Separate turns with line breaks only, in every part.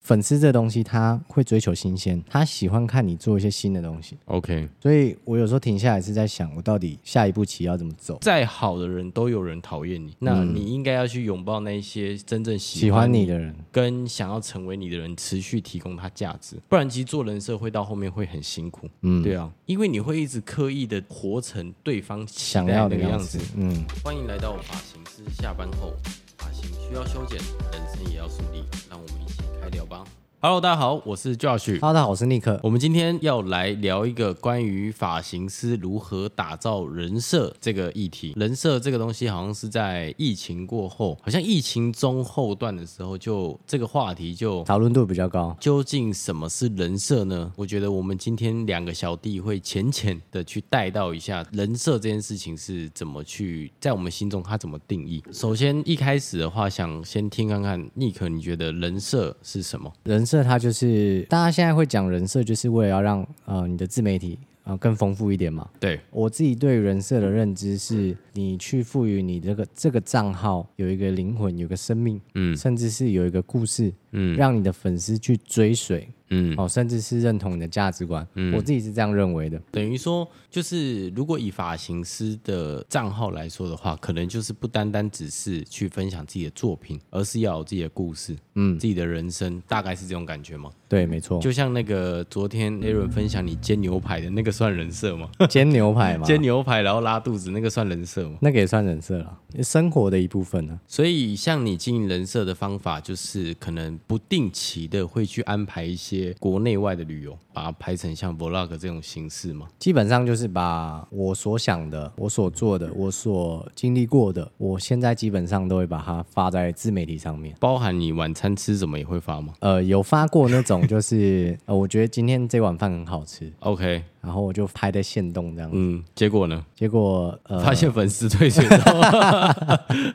粉丝这东西他会追求新鲜，他喜欢看你做一些新的东西，
OK，
所以我有时候停下来是在想，我到底下一步棋要怎么走。
再好的人都有人讨厌你，那你应该要去拥抱那一些真正嗯喜
喜欢
你
你的人，
跟想要成为你的人，持续提供他价值，不然其实做人社会到后面会很辛苦。
嗯，
对啊，因为你会一直刻意的活成对方期待
想要的
那个
样
子
子。，嗯，
欢迎来到发型师下班后，发型需要修剪，人生也要树立，让我们一起开聊吧。Hello，大家好，我是 Josh。
哈喽，大家好，我是尼克。
我们今天要来聊一个关于发型师如何打造人设这个议题。人设这个东西好像是在疫情过后，好像疫情中后段的时候就，这个话题就
讨论度比较高，
究竟什么是人设呢？我觉得我们今天两个小弟会浅浅的去带到一下人设这件事情是怎么去在我们心中它怎么定义。首先一开始的话，想先听看看尼克，你觉得人设是什么？
人设它就是大家现在会讲人设，就是为了要让呃你的自媒体呃更丰富一点嘛。
对，
我自己对人设的认知是，你去赋予你这个这个账号有一个灵魂，有个生命，
嗯
甚至是有一个故事，
嗯
让你的粉丝去追随，
嗯，
哦，甚至是认同你的价值观。我自己是这样认为的。
等于说，就是如果以发型师的账号来说的话，可能就是不单单只是去分享自己的作品，而是要有自己的故事，嗯，自己的人生，大概是这种感觉吗？
对，没错，
就像那个昨天 Aaron 分享你煎牛排的那个算人设吗？
煎牛排嘛，
煎牛排然后拉肚子那个算人设吗？
那个也算人设了，生活的一部分呢、
所以像你经营人设的方法，就是可能不定期的会去安排一些国内外的旅游，把它拍成像 vlog 这种形式吗？
基本上就是把我所想的、我所做的、我所经历过的，我现在基本上都会把它发在自媒体上面。
包含你晚餐吃什么也会发吗
呃，有发过那 种，就是呃，我觉得今天这碗饭很好吃，
？OK，
然后我就拍的现动这样，
嗯，结果呢？
结果呃，
发现粉丝退水之后，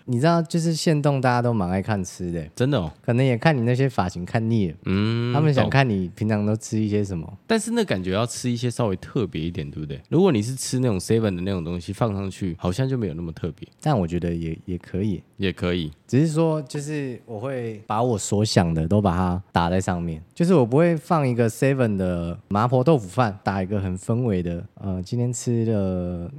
你知道，就是现动大家都蛮爱看吃的，
真的哦，
可能也看你那些发型看腻了，
嗯，
他们想
懂，
看你平常都吃一些什么。
但是那感觉要吃一些稍微特别一点，对不对？如果你是吃那种 seven 的那种东西，放上去好像就没有那么特别，
但我觉得也也可以，
也可以。
只是说就是我会把我所想的都把它打在上面，就是我不会放一个 seven 的麻婆豆腐饭，打一个很氛围的，呃，今天吃的，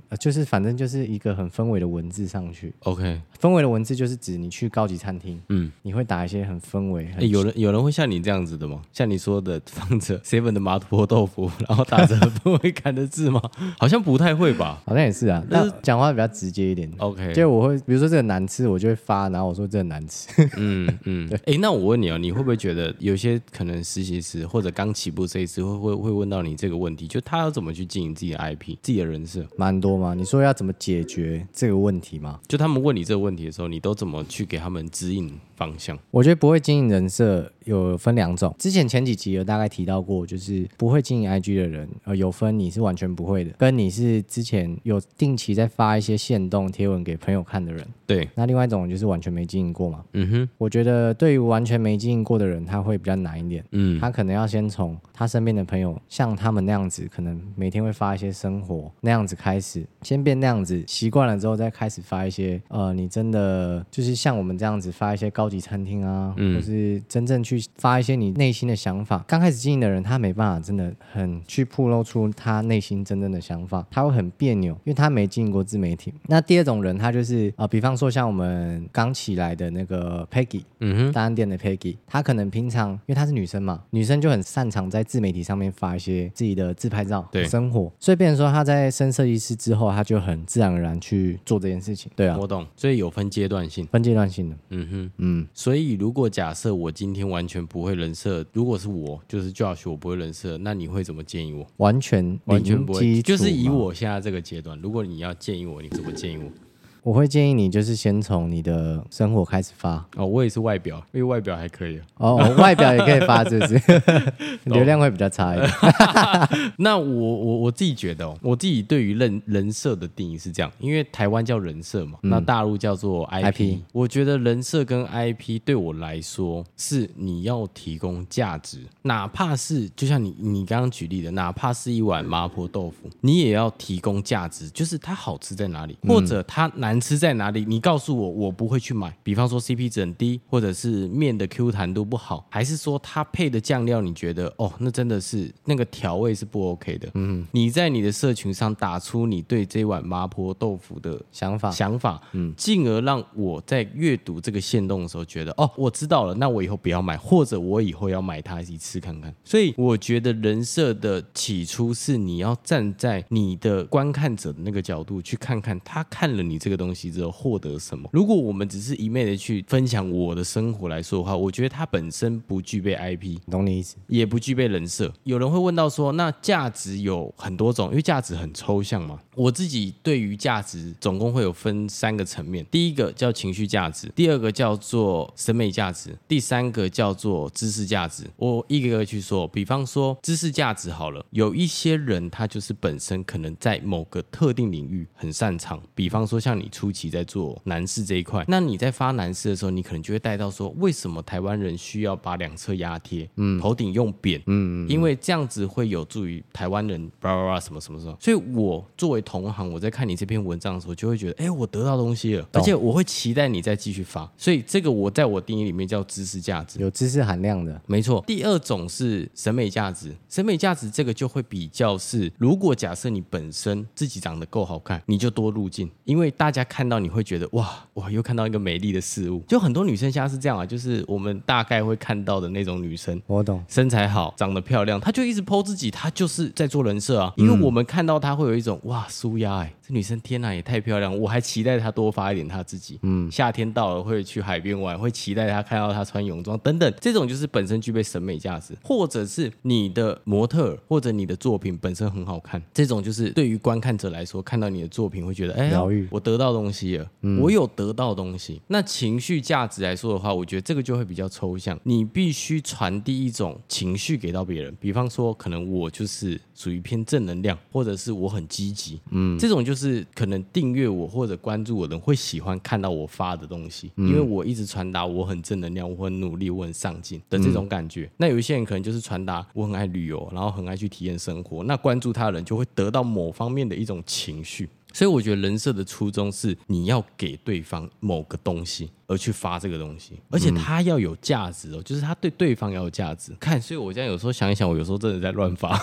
呃就是反正就是一个很氛围的文字上去。
OK，
氛围的文字就是指你去高级餐厅，
嗯，哎
你会打一些很氛围，
诶
很
有人有人会像你这样子的吗？像你说的放 着 seven 的麻婆豆腐， 然后打着不会看的字吗？好像不太会吧
好像也是啊，但讲话比较直接一点。
？OK，
就我会，比如说这个难吃，我就会发，然后我说这个难吃。
嗯 嗯，哎、那我问你哦，你会不会觉得有些可能实习时或者刚起步这一次会会会问到你这个问题，就他要怎么去经营自己的 IP、自己的人设？
蛮多嘛，你说要怎么解决这个问题吗？
就他们问你这个问题的时候，你都怎么去给他们指引方向？
我觉得不会经营人设有分两种，之前前几集有大概提到过，就是不会经营 IG 的人，呃，有分你是完全不会的，跟你是之前有定期在发一些线动贴文给朋友看的人。
对，
那另外一种就是完全没经营过嘛。
嗯哼，
我觉得对于完全没经营过的人，他会比较难一点。
嗯，
他可能要先从他身边的朋友，像他们那样子，可能每天会发一些生活那样子开始，先变那样子，习惯了之后再开始发一些，呃，你真的就是像我们这样子发一些高级餐厅啊，或是真正去发一些你内心的想法。刚开始经营的人，他没办法真的很去铺露出他内心真正的想法，他会很别扭，因为他没经营过自媒体。那第二种人，他就是呃，比方说像我们刚起来的那个 Peggy，
嗯
大安店的 Peggy，她可能平常因为她是女生嘛，女生就很擅长在自媒体上面发一些自己的自拍照、
对
生活，所以变成说她在升设计师之后，她就很自然而然去做这件事情。对啊
哼，，我懂，所以有分阶段性。
分阶段性的，
嗯哼，
嗯，
所以如果假设我今天完全不会人设，如果是我，就是 Josh，我不会人设，那你会怎么建议我？
完全
完全不
零
会，
基础
就是以
嘛，
我现在这个阶段，如果你要建议我，你怎么建议我？
我会建议你就是先从你的生活开始发
哦，我也是外表，因为外表还可以啊。
哦，外表也可以发，是不是？流量会比较差一点。
那我我我自己觉得、哦，我自己对于人人设的定义是这样，因为台湾叫人设嘛，那大陆叫做 IP,
IP
我觉得人设跟 IP 对我来说是你要提供价值，哪怕是就像你你刚刚举例的，哪怕是一碗麻婆豆腐，你也要提供价值，就是它好吃在哪里，或者它难难吃在哪里，你告诉我，我不会去买。比方说 CP 值很低，或者是面的 Q 弹度不好，还是说它配的酱料你觉得哦，那真的是那个调味是不 OK 的。嗯，你在你的社群上打出你对这碗麻婆豆腐的
想法
想法，嗯，进而让我在阅读这个线动的时候觉得，哦，我知道了，那我以后不要买，或者我以后要买它一次看看。所以我觉得人设的起初是你要站在你的观看者的那个角度去看看他看了你这个东西之后获得什么。如果我们只是一昧的去分享我的生活来说的话，我觉得它本身不具备 IP，
懂你意思？
也不具备人设。有人会问到说，那价值有很多种，因为价值很抽象嘛。我自己对于价值总共会有分三个层面，第一个叫情绪价值，第二个叫做审美价值，第三个叫做知识价值。我一个一个去说，比方说知识价值好了，有一些人他就是本身可能在某个特定领域很擅长，比方说像你初期在做男士这一块，那你在发男士的时候，你可能就会带到说，为什么台湾人需要把两侧压贴，嗯，头顶用扁，嗯，因为这样子会有助于台湾人叭叭叭什么什么什么。所以我作为同行，我在看你这篇文章的时候，就会觉得，哎，我得到东西了，而且我会期待你再继续发。所以这个我在我定义里面叫知识价值。
有知识含量的，
没错，第二种是审美价值，审美价值这个就会比较是，如果假设你本身自己长得够好看，你就多入镜，因为大家看到你会觉得哇，我又看到一个美丽的事物。就很多女生现在是这样啊，就是我们大概会看到的那种女生，
我懂。
身材好，长得漂亮，她就一直 PO 自己，她就是在做人设啊。因为我们看到她会有一
嗯
种哇，舒压哎，这女生天哪也太漂亮，我还期待她多发一点她自己。嗯，夏天到了会去海边玩，会期待她看到她穿泳装等等，这种就是本身具备审美价值，或者是你的模特儿或者你的作品本身很好看，这种就是对于观看者来说，看到你的作品会觉得哎呀，
疗愈
我得到东西了，我有得到东西。那情绪价值来说的话，我觉得这个就会比较抽象，你必须传递一种情绪给到别人。比方说，可能我就是属于偏正能量，或者是我很积极，嗯，这种就是可能订阅我或者关注我的人会喜欢看到我发的东西，因为我一直传达我很正能量，我很努力，我很上进的这种感觉。那有一些人可能就是传达我很爱旅游，然后很爱去体验生活，那关注他的人就会得到某方面的一种情绪。所以我觉得人设的初衷是你要给对方某个东西，而去发这个东西，而且他要有价值哦，就是他对对方要有价值。看，所以我现在有时候想一想，我有时候真的在乱发，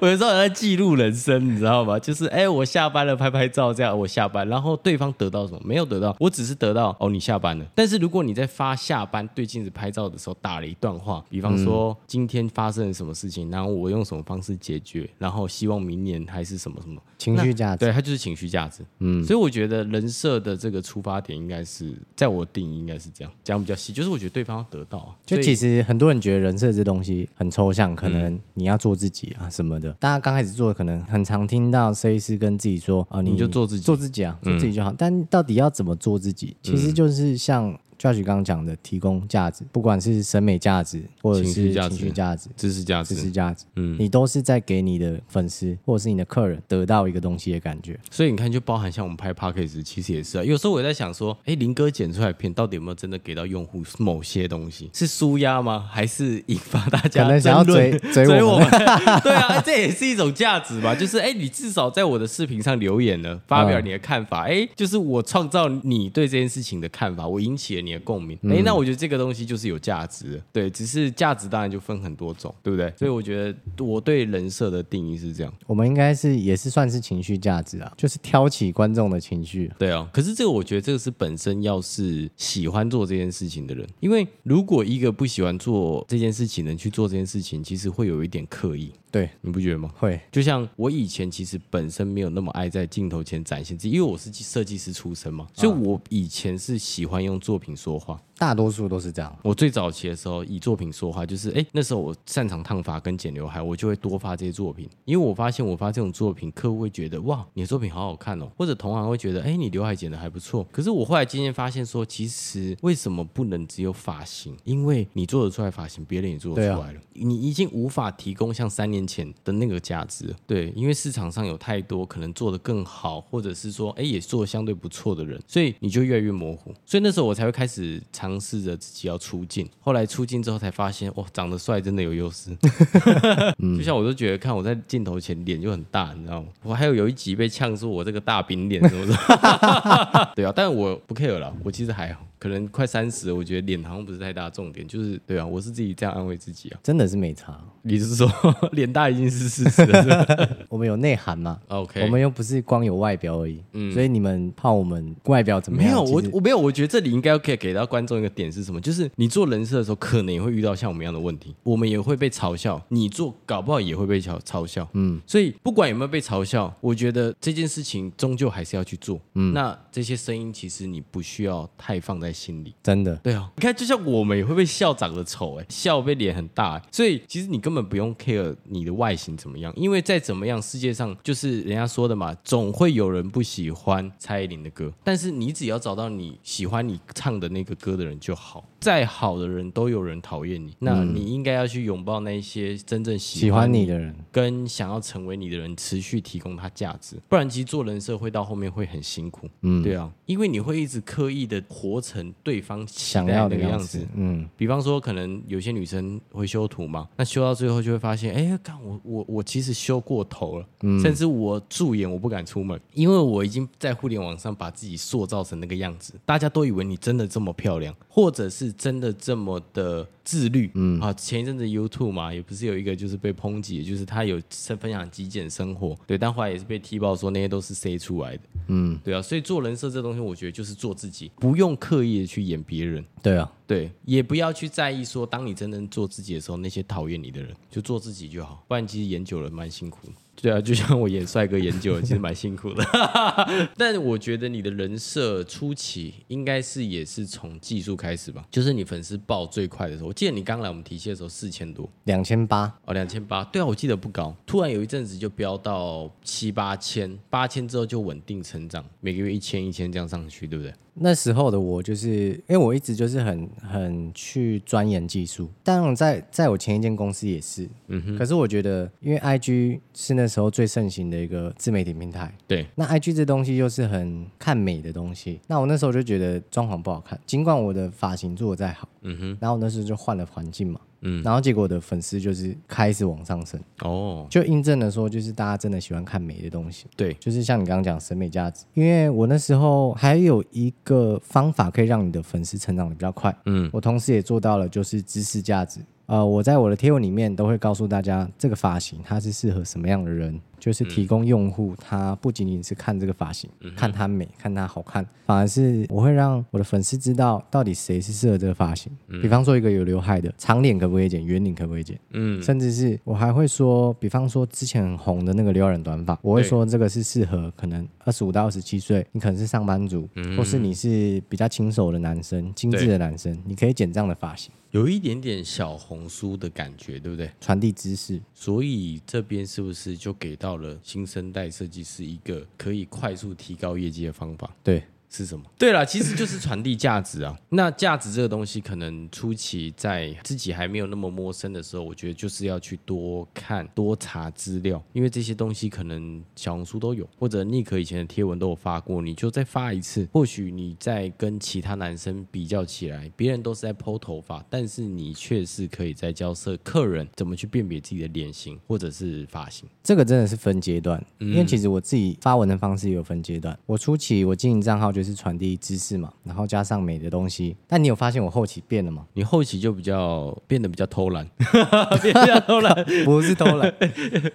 我有时候很在记录人生，你知道吗？就是哎、我下班了拍拍照这样，我下班，然后对方得到什么？没有得到，我只是得到哦，你下班了。但是如果你在发下班对镜子拍照的时候打了一段话，比方
嗯
说今天发生了什么事情，然后我用什么方式解决，然后希望明年还是什么什么。
情绪价值，
对，它就是情绪价值。嗯，所以我觉得人设的这个出发点应该是，在我定义应该是这样讲比较细，就是我觉得对方要得到啊，
就
所以嗯
其实很多人觉得人设这东西很抽象，可能你要做自己啊什么的。大家刚开始做，可能很常听到设计师跟自己说啊、
你就做自己嗯
做自己啊，做自己就好。但到底要怎么做自己，其实就是像 Josh 刚刚讲的，提供价值，不管是审美价值或者
情
是
绪价值
情绪价值、
知识价
知
值
识。价值，嗯，你都是在给你的粉丝或者是你的客人得到一个东西的感觉。
所以你看，就包含像我们拍 p o c k e t 其实也是啊。有时候我也在想说，哎，林哥剪出来的片到底有没有真的给到用户某些东西？是舒压吗？还是引发大家
可能想要
争论
追追我
我们？ 对啊，这也是一种价值吧。就是哎，你至少在我的视频上留言了，发表
嗯
你的看法。哎，就是我创造你对这件事情的看法，我引起了你的共鸣。
嗯
哎，那我觉得这个东西就是有价值的。对，只是价值当然就分很多种，对不对？所以我觉得我对人设的定义是这样。
我们应该是也是算是情绪价值啊，就是挑起观众的情绪。
对啊，可是这个我觉得这个是本身要是喜欢做这件事情的人，因为如果一个不喜欢做这件事情的人去做这件事情，其实会有一点刻意，
对，
你不觉得吗？
会
就像我以前其实本身没有那么爱在镜头前展现自己，因为我是设计师出身嘛，所以我以前是喜欢用作品说话。
大多数都是这样。
我最早期的时候以作品说话，就是哎、诶那时候我擅长烫发跟剪刘海，我就会多发这些作品，因为我发现我发这种作品，客户会觉得哇，你的作品好好看哦，或者同行会觉得哎、诶你刘海剪得还不错。可是我后来渐渐发现说，其实为什么不能只有发型？因为你做得出来发型，别人也做得
对
出
啊
来了，你已经无法提供像三年前的那个价值了。对，因为市场上有太多可能做得更好，或者是说哎、诶也做得相对不错的人，所以你就越来越模糊。所以那时候我才会开始。开始尝试着自己要出镜，后来出镜之后才发现，哇，长得帅真的有优势。就像我都觉得，看我在镜头前脸就很大，你知道吗？我还有有一集被呛说我这个大饼脸什么的， 对啊，但我不 care 了，我其实还好，可能快三十，我觉得脸好像不是太大的重点，就是对啊，我是自己这样安慰自己啊。
真的是没差。
你是说脸大已经是事实了 是吧
我们有内涵嘛
？OK，
我们又不是光有外表而已。所以你们怕我们外表怎么
嗯没
样？
有，
其
我
实
我没有，我觉得这里应该可以给到观众一个点是什么？就是你做人设的时候，可能也会遇到像我们一样的问题，我们也会被嘲笑，你做搞不好也会被嘲嘲笑。嗯，所以不管有没有被嘲笑，我觉得这件事情终究还是要去做。嗯，那这些声音其实你不需要太放在心里。
真的
对啊，你看，就像我们也会被笑长得丑、欸，哎，笑被脸很大、欸所以其实你根本不用 care 你的外形怎么样，因为再怎么样，世界上就是人家说的嘛，总会有人不喜欢蔡依林的歌，但是你只要找到你喜欢你唱的那个歌的人就好，再好的人都有人讨厌你，那你应该要去拥抱那一些真正喜
喜
欢
欢
你
你
的。
的人，
跟想要成为你的人持续提供他价值，不然其实做人设会到后面会很辛苦。嗯，对啊，因为你会一直刻意的活成对方期待
想要的
那个样
子
子。。
嗯，
比方说，可能有些女生会修图嘛，那修到最后就会发现，哎，看我我我其实修过头了，甚至我驻颜我不敢出门，因为我已经在互联网上把自己塑造成那个样子，大家都以为你真的这么漂亮，或者是真的这么的自律，嗯啊，前一阵子 YouTube 嘛，也不是有一个就是被抨击，就是他有分享极简生活，对，但后来也是被踢爆说那些都是 C 出来的，嗯，对啊，所以做人设这东西，我觉得就是做自己，不用刻意的去演别人。
对啊，
对，也不要去在意说，当你真正做自己的时候，那些讨厌你的人就做自己就好，不然其实演久了蛮辛苦的。对啊，就像我演帅哥演久了，其实蛮辛苦的。 但我觉得你的人设初期应该是也是从技术开始吧，就是你粉丝爆最快的时候。我记得你刚来我们体系的时候四千多
两千八，
哦，两千八，对啊，我记得不高。突然有一阵子就飙到七八千，八千之后就稳定成长，每个月一千一千这样上去，对不对？
那时候的我就是，因为我一直就是很很去钻研技术，但在在我前一间公司也是，嗯哼。可是我觉得，因为 IG 是那时候最盛行的一个自媒体平台，
对，
那 IG 这东西又是很看美的东西，那我那时候就觉得装潢不好看，尽管我的发型做的再好，
嗯哼，
然后我那时候就换了环境嘛，
嗯
嗯，然后结果我的粉丝就是开始往上升，
哦，
就印证了说，就是大家真的喜欢看美的东西，
对，
就是像你刚刚讲审美价值，因为我那时候还有一个方法可以让你的粉丝成长的比较快，
嗯，
我同时也做到了就是知识价值。呃，我在我的贴文里面都会告诉大家这个发型它是适合什么样的人，就是提供用户他不仅仅是看这个发型，看它美，看它好看，反而是我会让我的粉丝知道到底谁是适合这个发型。比方说一个有刘海的，长脸可不可以剪，圆领可不可以剪？
嗯，
甚至是我还会说，比方说之前很红的那个留人短发，我会说这个是适合可能二十五到二十七岁，你可能是上班族，或是你是比较清瘦的男生、精致的男生，你可以剪这样的发型，
有一点点小红书的感觉，对不对？
传递知识。
所以这边是不是就给到了新生代设计师一个可以快速提高业绩的方法？
对，
是什么？对了，其实就是传递价值啊。 那价值这个东西，可能初期在自己还没有那么陌生的时候，我觉得就是要去多看、多查资料，因为这些东西可能小红书都有，或者 Nick 以前的贴文都有发过，你就再发一次，或许你在跟其他男生比较起来，别人都是在剖头发，但是你却是可以在教涉客人怎么去辨别自己的脸型或者是发型。
这个真的是分阶段，因为其实我自己发文的方式也有分阶段。我初期我经营账号就是传递知识嘛，然后加上美的东西。但你有发现我后期变了 吗？
你后期就比较变得比较偷懒， 变得比较偷懒，
不是偷懒，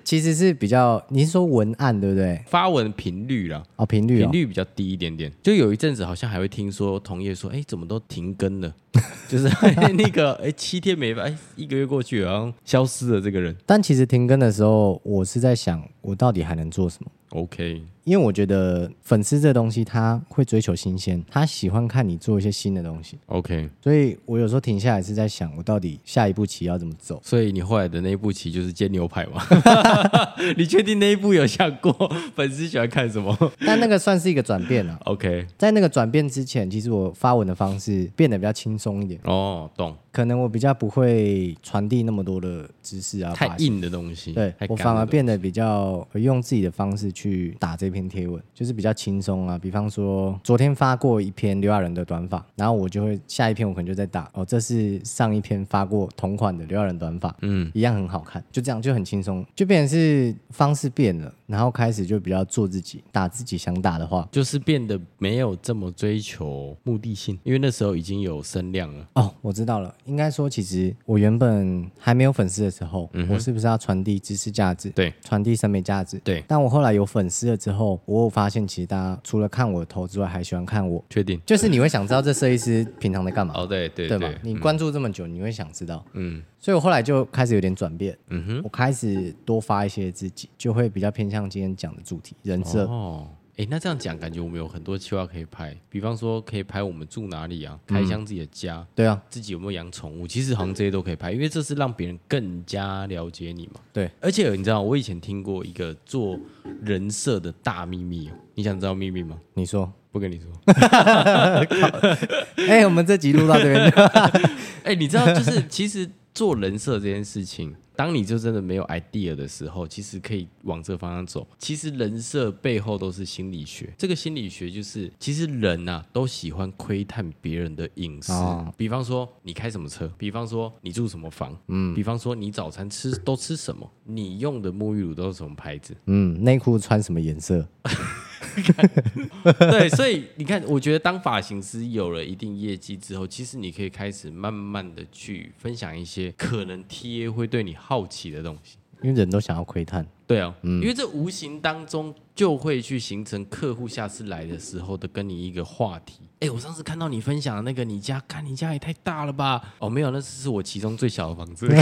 其实是比较，你是说文案对不对？
发文频率啦。
哦，频率
频
哦，
率比较低一点点。就有一阵子好像还会听说同业说，哎、怎么都停更了？ 就是那个哎、七天没发，哎、一个月过去了，好像消失了这个人。
但其实停更的时候，我是在想，我到底还能做什么？
OK，
因为我觉得粉丝这东西，他会追求新鲜，他喜欢看你做一些新的东西，
OK，
所以我有时候停下来是在想，我到底下一步棋要怎么走？
所以你后来的那一步棋就是煎牛排嘛？ 你确定那一步有下过？粉丝喜欢看什么
但那个算是一个转变啊了、
？OK，
在那个转变之前，其实我发文的方式变得比较轻松一点，
哦，懂。
可能我比较不会传递那么多的知识啊，
太
把
硬的东西，
对
太
我
干
反
的
而
东
变得比较用自己的方式去打这篇贴文，就是比较轻松啊。比方说，昨天发过一篇刘亚仁的短发，然后我就会下一篇我可能就在打哦，这是上一篇发过同款的刘亚仁短发，嗯，一样很好看，就这样就很轻松，就变成是方式变了，然后开始就比较做自己，打自己想打的话。
就是变得没有这么追求目的性，因为那时候已经有声量了。
哦，我知道了。应该说，其实我原本还没有粉丝的时候，
嗯
我是不是要传递知识价值？
对，
传递审美价值。
对
但我后来有粉丝了之后，我有发现，其实大家除了看我的头之外，还喜欢看我，
确定？
就是你会想知道这设计师平常在干嘛，
哦，对对
对
对
吗？你关注这么久，你会想知道。
嗯
所以我后来就开始有点转变，
嗯哼，
我开始多发一些自己，就会比较偏向今天讲的主题人设。
哦，哎，那这样讲，感觉我们有很多计划可以拍，比方说可以拍我们住哪里啊，开箱自己的家。
对啊，
自己有没有养宠物？其实好像这些都可以拍，因为这是让别人更加了解你嘛。
对，
而且你知道，我以前听过一个做人设的大秘密哦，你想知道秘密吗？
你说，
不跟你说。
哎、我们这集录到这 边，
哎、你知道，就是其实做人设这件事情，当你就真的没有 idea 的时候，其实可以往这个方向走。其实人设背后都是心理学，这个心理学就是，其实人呐、都喜欢窥探别人的隐私。
哦
比方说你开什么车，比方说你住什么房，嗯，比方说你早餐吃都吃什么，你用的沐浴乳都是什么牌子，
嗯，内裤穿什么颜色？
对，所以你看，我觉得当发型师有了一定业绩之后，其实你可以开始慢慢的去分享一些可能 TA 会对你好奇的东西。
因为人都想要窥探。
对啊，因为这无形当中就会去形成客户下次来的时候的跟你一个话题。哎，我上次看到你分享的那个你家，看你家也太大了吧？哦，没有，那是我其中最小的房子。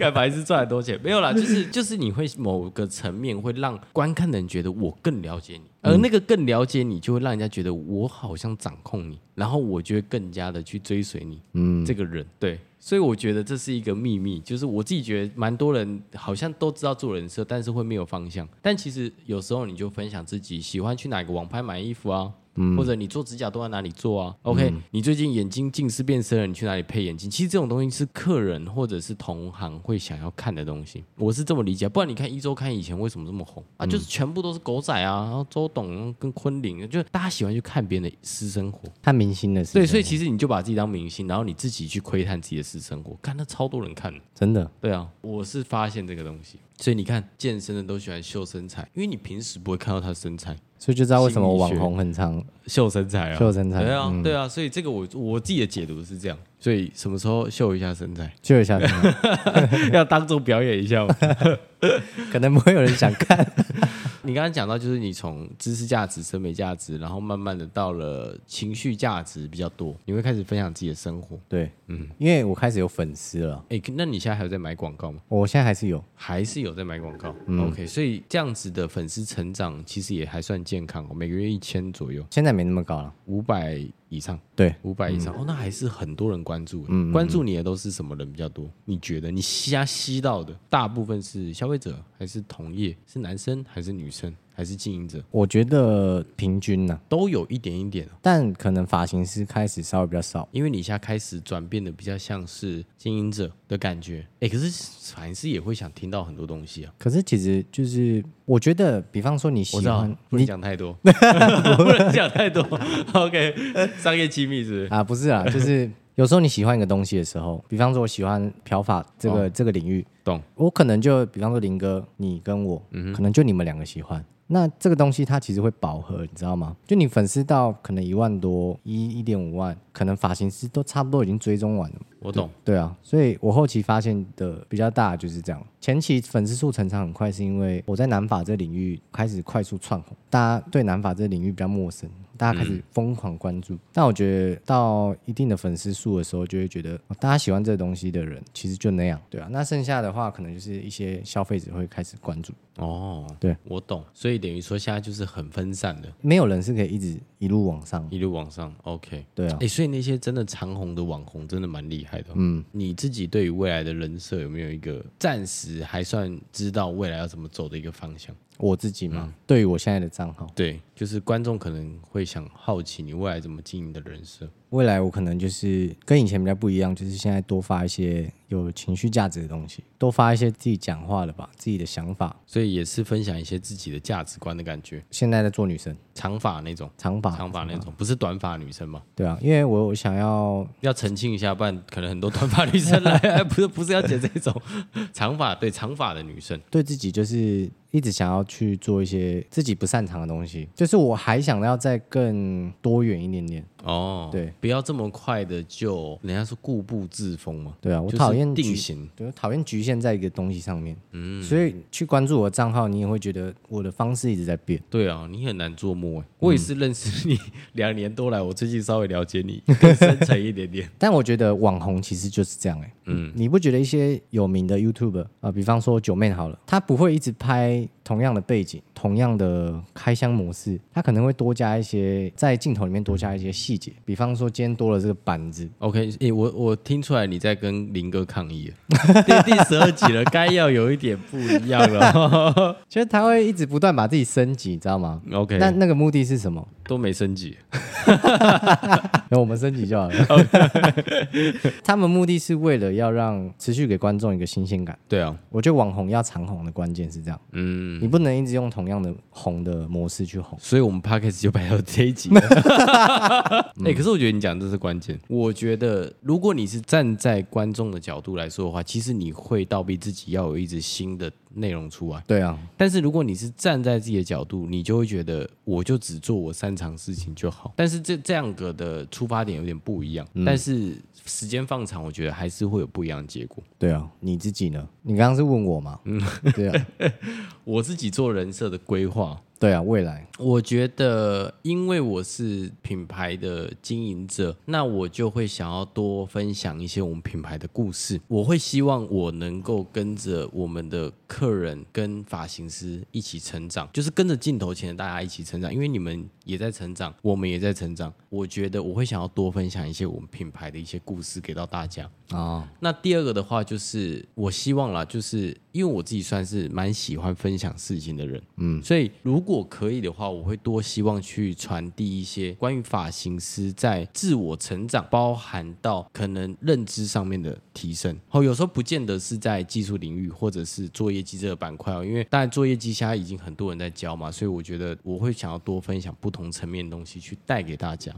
干白是赚很多钱，没有啦，就是就是你会某个层面会让观看的人觉得我更了解你，而那个更了解你，就会让人家觉得我好像掌控你，然后我就会更加的去追随你，嗯，这个人对。所以我觉得这是一个秘密，就是我自己觉得蛮多人好像都知道做人设，但是会没有方向。但其实有时候你就分享自己喜欢去哪个网拍买衣服啊，或者你做指甲都在哪里做啊？OK，、你最近眼睛近视变深了，你去哪里配眼镜？其实这种东西是客人或者是同行会想要看的东西，我是这么理解。不然你看一周刊以前为什么这么红啊？就是全部都是狗仔啊，然后周董跟昆凌，啊就是大家喜欢去看别人的私生活。
看明星的事，
对，所以其实你就把自己当明星，然后你自己去窥探自己的私生活，看那超多人看的。
真的，
对啊，我是发现这个东西，所以你看健身的都喜欢秀身材，因为你平时不会看到他的身材，
所以就知道为什么
心理
网
学
红很长
秀身材啊，
秀身材，，
对啊，对啊，所以这个我我自己的解读是这样， 所以什么时候秀一下身材
秀一下身材，
要当众表演一下吗。
可能不会有人想看。
你刚刚讲到，就是你从知识价值、审美价值，然后慢慢的到了情绪价值比较多，你会开始分享自己的生活。
对，嗯，因为我开始有粉丝了，
哎，那你现在还有在买广告吗？
我现在还是有，
还是有在买广告、o k 所以这样子的粉丝成长其实也还算健康、哦，每个月一千左右，
现在没那么高了。
五百以上，
对，
五百以上、哦，那还是很多人关注、关注你的都是什么人比较多？你觉得你瞎吸到的大部分是消费者，还是同业？是男生还是女生？还是经营者？
我觉得平均呢、
都有一点一点哦，
但可能发型师开始稍微比较少。
因为你现在开始转变的比较像是经营者的感觉。哎，可是反师也会想听到很多东西啊。
可是其实就是，我觉得，比方说你
我
喜
知道
欢，
不能
你
讲太多， 不能讲太多。OK，商业机密是不是？
啊，不是啊，就是 有时候你喜欢一个东西的时候，比方说我喜欢漂发这个、这个领域，
哦懂？嗯
我可能就比方说林哥，你跟我，可能就你们两个喜欢。那这个东西它其实会饱和，你知道吗？就你粉丝到可能一万多、一一点五万，可能发型师都差不多已经追踪完了。
我懂。
对啊，所以我后期发现的比较大的就是这样。前期粉丝数成长很快，是因为我在南法这领域开始快速窜红，大家对南法这领域比较陌生，大家开始疯狂关注。但我觉得到一定的粉丝数的时候，就会觉得、哦大家喜欢这个东西的人其实就那样，对啊。那剩下的话，可能就是一些消费者会开始关注，
哦，
对，
我懂。所以等于说现在就是很分散的，
没有人是可以一直一路往上。
一路往上。OK。
对啊
哎、，所以那些真的长红的网红真的蛮厉害的。嗯，你自己对于未来的人设有没有一个暂时还算知道未来要怎么走的一个方向？
我自己嘛，对于我现在的账号，
对，就是观众可能会想好奇你未来怎么经营的人设。
未来我可能就是跟以前比较不一样，就是现在多发一些有情绪价值的东西，多发一些自己讲话的吧，自己的想法。
所以也是分享一些自己的价值观的感觉。
现在在做女生，
长发那种，
长发，
啊长发那种，不是短发女生吗？
对啊，因为我我想要
要澄清一下，不然可能很多短发女生来， 哎不是不是要剪这种 长发，对长发的女生。
对自己就是一直想要去做一些自己不擅长的东西，就是我还想要再更多元一点点。
哦，
对，
不要这么快的就，人家说固步自封嘛，
对啊，我
就是
讨厌
定
局
型，
对，我讨厌局限在一个东西上面。嗯，所以去关注我的账号，你也会觉得我的方式一直在变。
对啊，你很难琢
嗯
磨欸。我也是认识你两年多来，我最近稍微了解你 更深层一点点。
但我觉得网红其实就是这样哎、嗯，你不觉得一些有名的 YouTuber 啊、呃比方说九妹好了，她不会一直拍同样的背景、同样的开箱模式，她可能会多加一些在镜头里面多加一些细节，比方说今天多了这个板子，
OK，诶、我我听出来你在跟林哥抗议了， 第第十二集了，该要有一点不一样 了。
就是她会一直不断把自己升级，你知道吗？
OK，
那那个目的是什么？
都没升级，
那我们升级就好了。 他们目的是为了要让持续给观众一个新鲜感。
对啊，
我觉得网红要长红的关键是这样，
嗯，
你不能一直用同样的红的模式去红。
所以我们 podcast 就摆到这一集 了。哎、可是我觉得你讲的这是关键。我觉得如果你是站在观众的角度来说的话，其实你会倒逼自己要有一支新的内容出来。
对啊，
但是如果你是站在自己的角度，你就会觉得我就只做我擅长的事情就好。但是这这样个的出发点有点不一样，但是时间放长，我觉得还是会有不一样的结果。
对啊，你自己呢？你刚刚是问我嘛？嗯，对啊，
我自己做人设的规划，
对啊，未来
我觉得，因为我是品牌的经营者，那我就会想要多分享一些我们品牌的故事。我会希望我能够跟着我们的客人跟发型师一起成长，就是跟着镜头前的大家一起成长，因为你们也在成长，我们也在成长。我觉得我会想要多分享一些我们品牌的一些故事给到大家。
哦，
那第二个的话，就是我希望啦，就是因为我自己算是蛮喜欢分享事情的人，嗯，所以如果可以的话，我会多希望去传递一些关于发型师在自我成长，包含到可能认知上面的提升。哦，有时候不见得是在技术领域或者是作业机这个板块哦，因为当然作业机现在已经很多人在教嘛，所以我觉得我会想要多分享不同层面的东西去带给大家。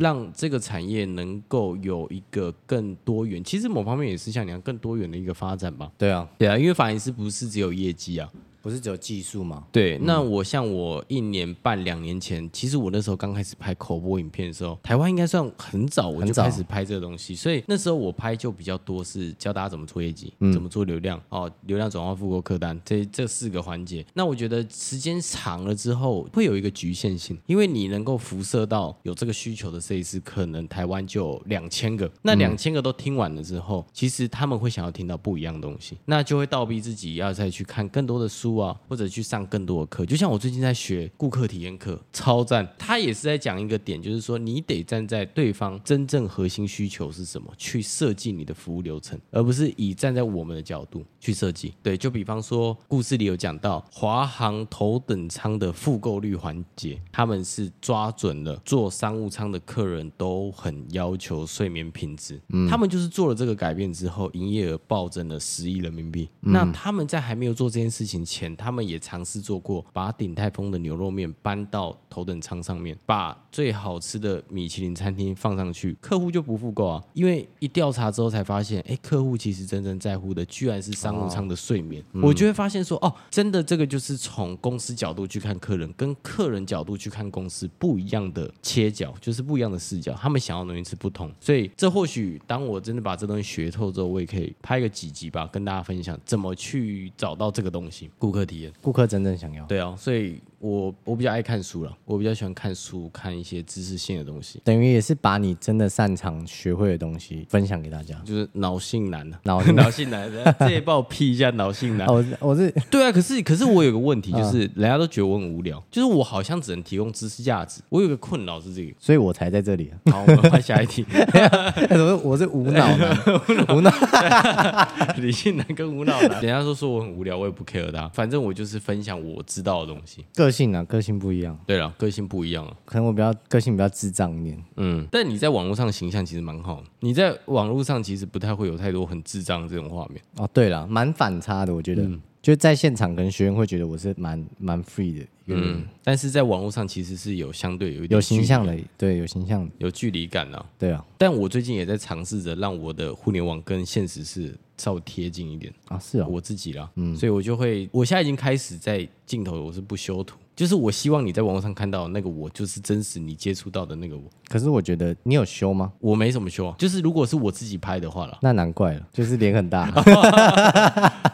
让这个产业能够有一个更多元，其实某方面也是像你一样更多元的一个发展吧。
对啊，
对啊，因为发型师不是只有业绩啊。嗯
不是只有技术嘛？
对，那我像我一年半两年前，其实我那时候刚开始拍口播影片的时候，台湾应该算很早我就
很早
开始拍这个东西，所以那时候我拍就比较多是教大家怎么做业绩，怎么做流量哦，流量转化、复购客单这这四个环节。那我觉得时间长了之后会有一个局限性，因为你能够辐射到有这个需求的设计师，可能台湾就两千个，那两千个都听完了之后，其实他们会想要听到不一样的东西，那就会倒逼自己要再去看更多的书啊，或者去上更多的课。就像我最近在学顾客体验课，超赞。他也是在讲一个点，就是说你得站在对方真正核心需求是什么，去设计你的服务流程，而不是以站在我们的角度去设计。对，就比方说故事里有讲到华航头等舱的复购率环节，他们是抓准了做商务舱的客人都很要求睡眠品质，他们就是做了这个改变之后，营业额暴增了十亿人民币。那他们在还没有做这件事情前，他们也尝试做过，把鼎泰丰的牛肉面搬到头等舱上面，把最好吃的米其林餐厅放上去，客户就不复购啊。因为一调查之后才发现，哎，客户其实真正在乎的居然是商务舱的睡眠。我就会发现说，哦，真的这个就是从公司角度去看客人，跟客人角度去看公司不一样的切角，就是不一样的视角，他们想要的东西是不同。所以这或许当我真的把这东西学透之后，我也可以拍个几集吧，跟大家分享怎么去找到这个东西，顾客体验。
顾客真正想要，
对啊，所以我我比较爱看书了，我比较喜欢看书，看一些知识性的东西，
等于也是把你真的擅长学会的东西分享给大家。
就是脑性男啊，
脑性
脑性男，这也帮我 P 一下脑性男
啊，。我是我是
对啊，可是可是我有个问题，就是人家都觉得我很无聊，就是我好像只能提供知识价值。我有个困扰是这个。
所以我才在这里啊。
好，我们换下一 题。
我是我是无脑男，无脑
理性男跟无脑男，人家都说我很无聊，我也不 care 他，反正我就是分享我知道的东西。
个性啊，个性不一样，
对了，个性不一样了。
可能我比较个性比较智障一点。
嗯，但你在网络上形象其实蛮好的，你在网络上其实不太会有太多很智障这种画面。
哦，对了，蛮反差的，我觉得。就在现场，可能学员会觉得我是蛮蛮 free 的，有
嗯，但是在网络上其实是有相对有一点
有
距
形
离
象的，对，有形象的，
有距离感啊。
对啊，
但我最近也在尝试着让我的互联网跟现实是稍微贴近一点，
啊是哦，
我自己啦，嗯，所以我就会，我现在已经开始在镜头，我是不修图，就是我希望你在网络上看到的那个我，就是真实你接触到的那个我，
可是我觉得你有修吗？
我没什么修啊，就是如果是我自己拍 的话啦，
那难怪了，就是脸很大，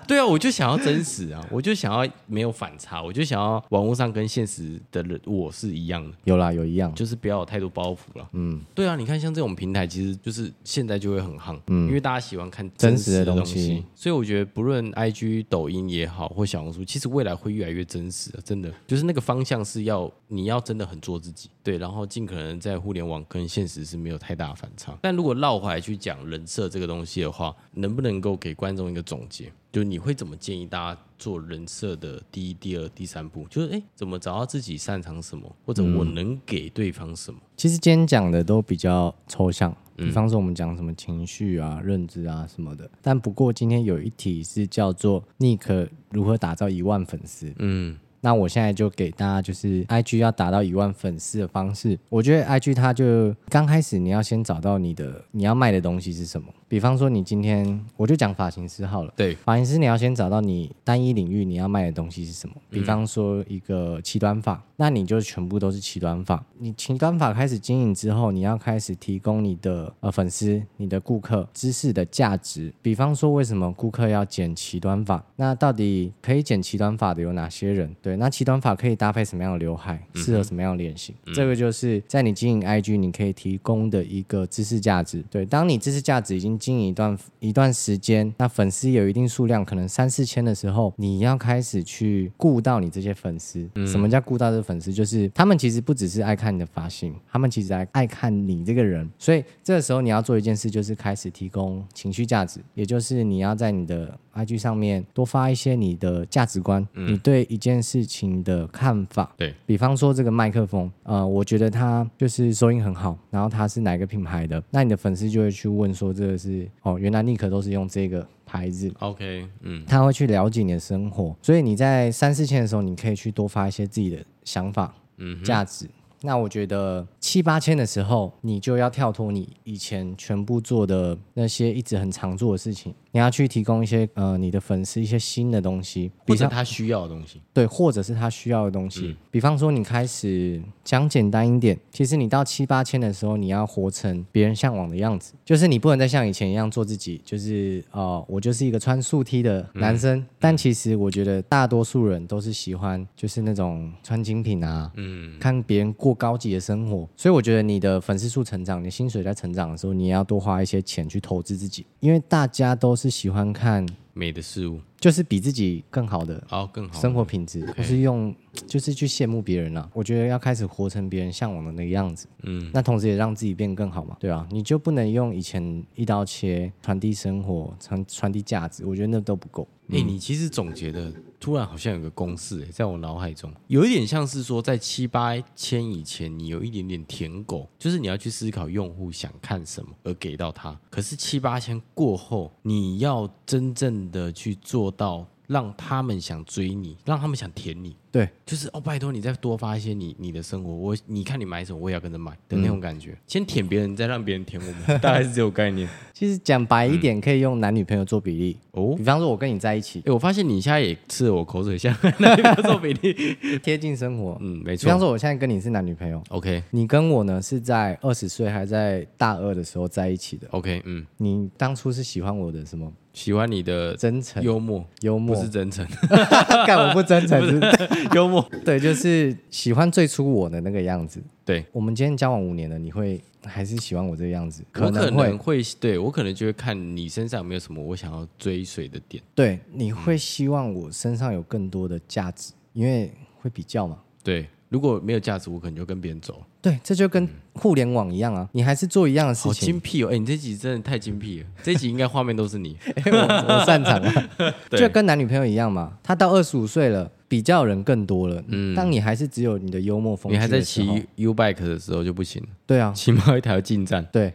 对啊，我就想要真实啊，我就想要没有反差，我就想要网络上跟现实的人我是一样的。
有啦，有一样，
就是不要有太多包袱了。嗯，对啊，你看像这种平台，其实就是现在就会很夯，因为大家喜欢看
嗯真
实
实的
东
东西
所以我觉得不论 IG、抖音也好，或小红书，其实未来会越来越真实的，真的就是那个方向是要你要真的很做自己，对，然后尽可能在互联网跟现实是没有太大的反差。但如果绕回来去讲人设这个东西的话，能不能够给观众一个总结？就是你会怎么建议大家做人设的第一、第二、第三步？就是哎、诶怎么找到自己擅长什么，或者我
嗯
能给对方什么？
其实今天讲的都比较抽象，
嗯
比方说我们讲什么情绪啊、认知啊什么的。但不过今天有一题是叫做尼克如何打造一万粉丝。
嗯，
那我现在就给大家就是 I G 要达到一万粉丝的方式，我觉得 I G 它就刚开始你要先找到你的你要卖的东西是什么。比方说你今天我就讲发型师好了。
对，
发型师，你要先找到你单一领域你要卖的东西是什么。比方说一个齐短发，那你就全部都是齐短发。你齐短发开始经营之后，你要开始提供你的呃粉丝、你的顾客知识的价值。比方说，为什么顾客要剪齐短发？那到底可以剪齐短发的有哪些人？对，那齐短发可以搭配什么样的刘海？适合什么样的脸型？这个就是在你经营 IG 你可以提供的一个知识价值。对，当你知识价值已经经营一段一段时间，那粉丝有一定数量，可能三四千的时候，你要开始去顾到你这些粉丝。什么叫顾到这粉丝？就是他们其实不只是爱看你的发型，他们其实还爱看你这个人。所以这个时候你要做一件事，就是开始提供情绪价值，也就是你要在你的 IG 上面多发一些你的价值观，你对一件事情的看法。
对，
比方说这个麦克风，呃，我觉得它就是收音很好，然后它是哪个品牌的，那你的粉丝就会去问说这个是哦，原来尼克都是用这个牌子。
OK，嗯，
他会去了解你的生活，所以你在三四千的时候，你可以去多发一些自己的想法、嗯价值。那我觉得七八千的时候，你就要跳脱你以前全部做的那些一直很常做的事情，你要去提供一些呃你的粉丝一些新的东西，比
或
方
者他需要的东西。
对，或者是他需要的东西。比方说，你开始讲简单一点，其实你到七八千的时候，你要活成别人向往的样子，就是你不能再像以前一样做自己，就是哦、呃我就是一个穿素 T 的男生。但其实我觉得大多数人都是喜欢就是那种穿精品啊，嗯，看别人过高级的生活。所以我觉得你的粉丝数成长，你的薪水在成长的时候，你也要多花一些钱去投资自己，因为大家都是喜欢看。
美的事物，
就是比自己更好的
然后更好。
生活品质，不是用就是去羡慕别人啊。我觉得要开始活成别人向往的那个样子，
嗯，
那同时也让自己变更好嘛，对啊，你就不能用以前一刀切传递生活、传传递价值，我觉得那都不够。
哎、你其实总结的突然好像有个公式、诶在我脑海中有一点像是说，在七八千以前，你有一点点舔狗，就是你要去思考用户想看什么而给到他。可是七八千过后，你要真正的去做到让他们想追你，让他们想舔你。
对，
就是哦，拜托你再多发一些你你的生活，我你看你买什么，我也要跟着买的那种感觉。先舔别人，再让别人舔我们， 大概是这种概念。
其实讲白一点，可以用男女朋友做比例。
哦
比方说，我跟你在一起
哎、，我发现你现在也吃了我口水，像 那个做比 例。
贴近生活。
嗯，没
比方
错。
说，我现在跟你是男女朋友，
OK
你跟我呢是在二十岁还在大二的时候在一起的。
OK，嗯，
你当初是喜欢我的什么
喜欢你的
真诚、
幽默，
幽
不
默
是？真诚，
干我不真诚是不是
幽默。
对，就是喜欢最初我的那个样子。
对，
我们今天交往五年了，你会还是喜欢我这个样子？
我可
能会，
能会对我可能就会看你身上有没有什么我想要追随的点。
对，你会希望我身上有更多的价值，因为会比较嘛。
对，如果没有价值，我可能就跟别人走了。
对，这就跟互联网一样啊，你还是做一样的事
好
情。
精辟哦！哎、你这集真的太精辟了，这集应 该画面都是你。
哎我我擅长啊，
对
就跟男女朋友一样嘛。他到二十五岁了，比较人更多了，嗯，当你还是只有你的幽默风
你
趣
还
的时候，
在骑 U bike 的时候就不行了，
对啊，
骑猫一台要进站，
对，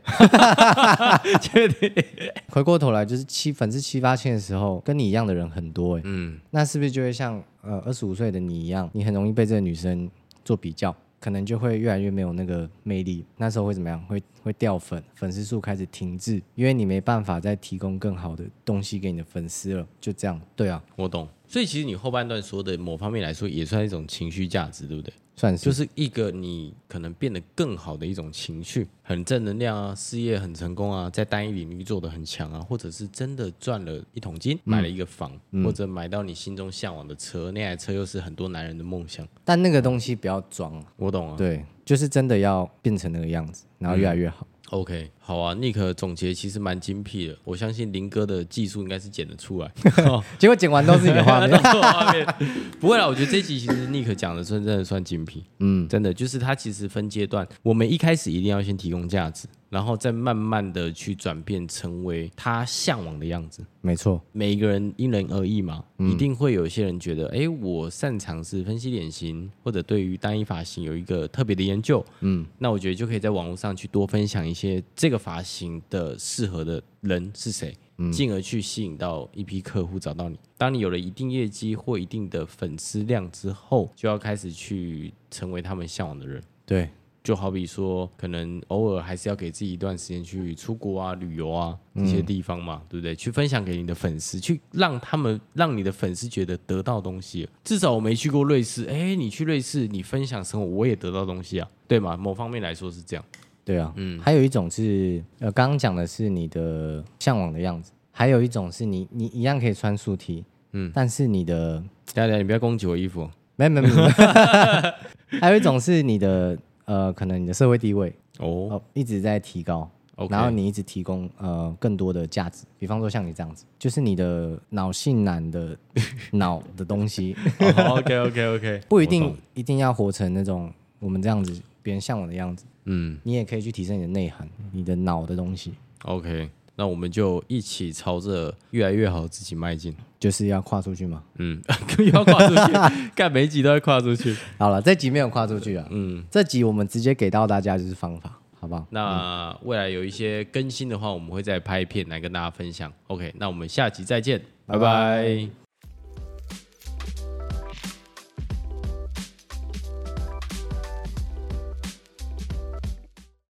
确定？
回过头来就是七粉丝七八千的时候，跟你一样的人很多哎、
嗯，
那是不是就会像呃二十五岁的你一样，你很容易被这个女生做比较，可能就会越来越没有那个魅力。那时候会怎么样？会会掉粉，粉丝数开始停滞，因为你没办法再提供更好的东西给你的粉丝了。就这样，对啊，
我懂。所以其实你后半段说的某方面来说，也算一种情绪价值，对不对？
算是
就是一个你可能变得更好的一种情绪，很正能量啊，事业很成功啊，在单一领域做得很强啊，或者是真的赚了一桶
嗯
金，买了一个房，或者买到你心中向往的车，那台车又是很多男人的梦想。
但那个东西不要装啊，
我懂啊，
对，就是真的要变成那个样子，
嗯
然后越来越好。
OK，好啊，Nick 的总结其实蛮精辟的，我相信林哥的技术应该是剪得出来。
结果剪完都是你的 画面，
不会啦，我觉得这一集其实 Nick 讲的算真的算精辟，嗯，真的就是它其实分阶段，我们一开始一定要先提供价值，然后再慢慢的去转变成为他向往的样子。
没错，
每一个人因人而异嘛，一定会有一些人觉得，哎，我擅长是分析脸型，或者对于单一发型有一个特别的研究，嗯，那我觉得就可以在网络上去多分享一些这个发型的适合的人是谁，进而去吸引到一批客户找到你。当你有了一定业绩或一定的粉丝量之后，就要开始去成为他们向往的人。
对，
就好比说，可能偶尔还是要给自己一段时间去出国啊、旅游啊
嗯
这些地方嘛，对不对？去分享给你的粉丝，去让他们让你的粉丝觉得得到东西了。至少我没去过瑞士，哎，你去瑞士，你分享生活，我也得到东西啊，对吗？某方面来说是这样。
对啊，嗯，还有一种是呃，刚刚讲的是你的向往的样子，还有一种是你你一样可以穿素 T，嗯，但是你的
大家你不要攻击我衣服哦，
没没没，没 还有一种是你的呃，可能你的社会地位
哦
哦一直在提高。
，OK，
然后你一直提供呃更多的价值，比方说像你这样子，就是你的脑性男的脑的东 西，
OK OK OK，
不一定一定要活成那种我们这样子别人向往的样子，
嗯
你也可以去提升你的内涵，你的脑的东西，
，OK，那我们就一起朝着越来越好的自己迈进。
就是要跨出去嘛。
嗯，又要跨 出去，干每一集都要跨出去。
好了，这集没有跨出去啊。
嗯
嗯，这集我们直接给到大家就是方法，好不好？
那未来有一些更新的话，我们会再拍片来跟大家分享。OK，那我们下期再见，拜拜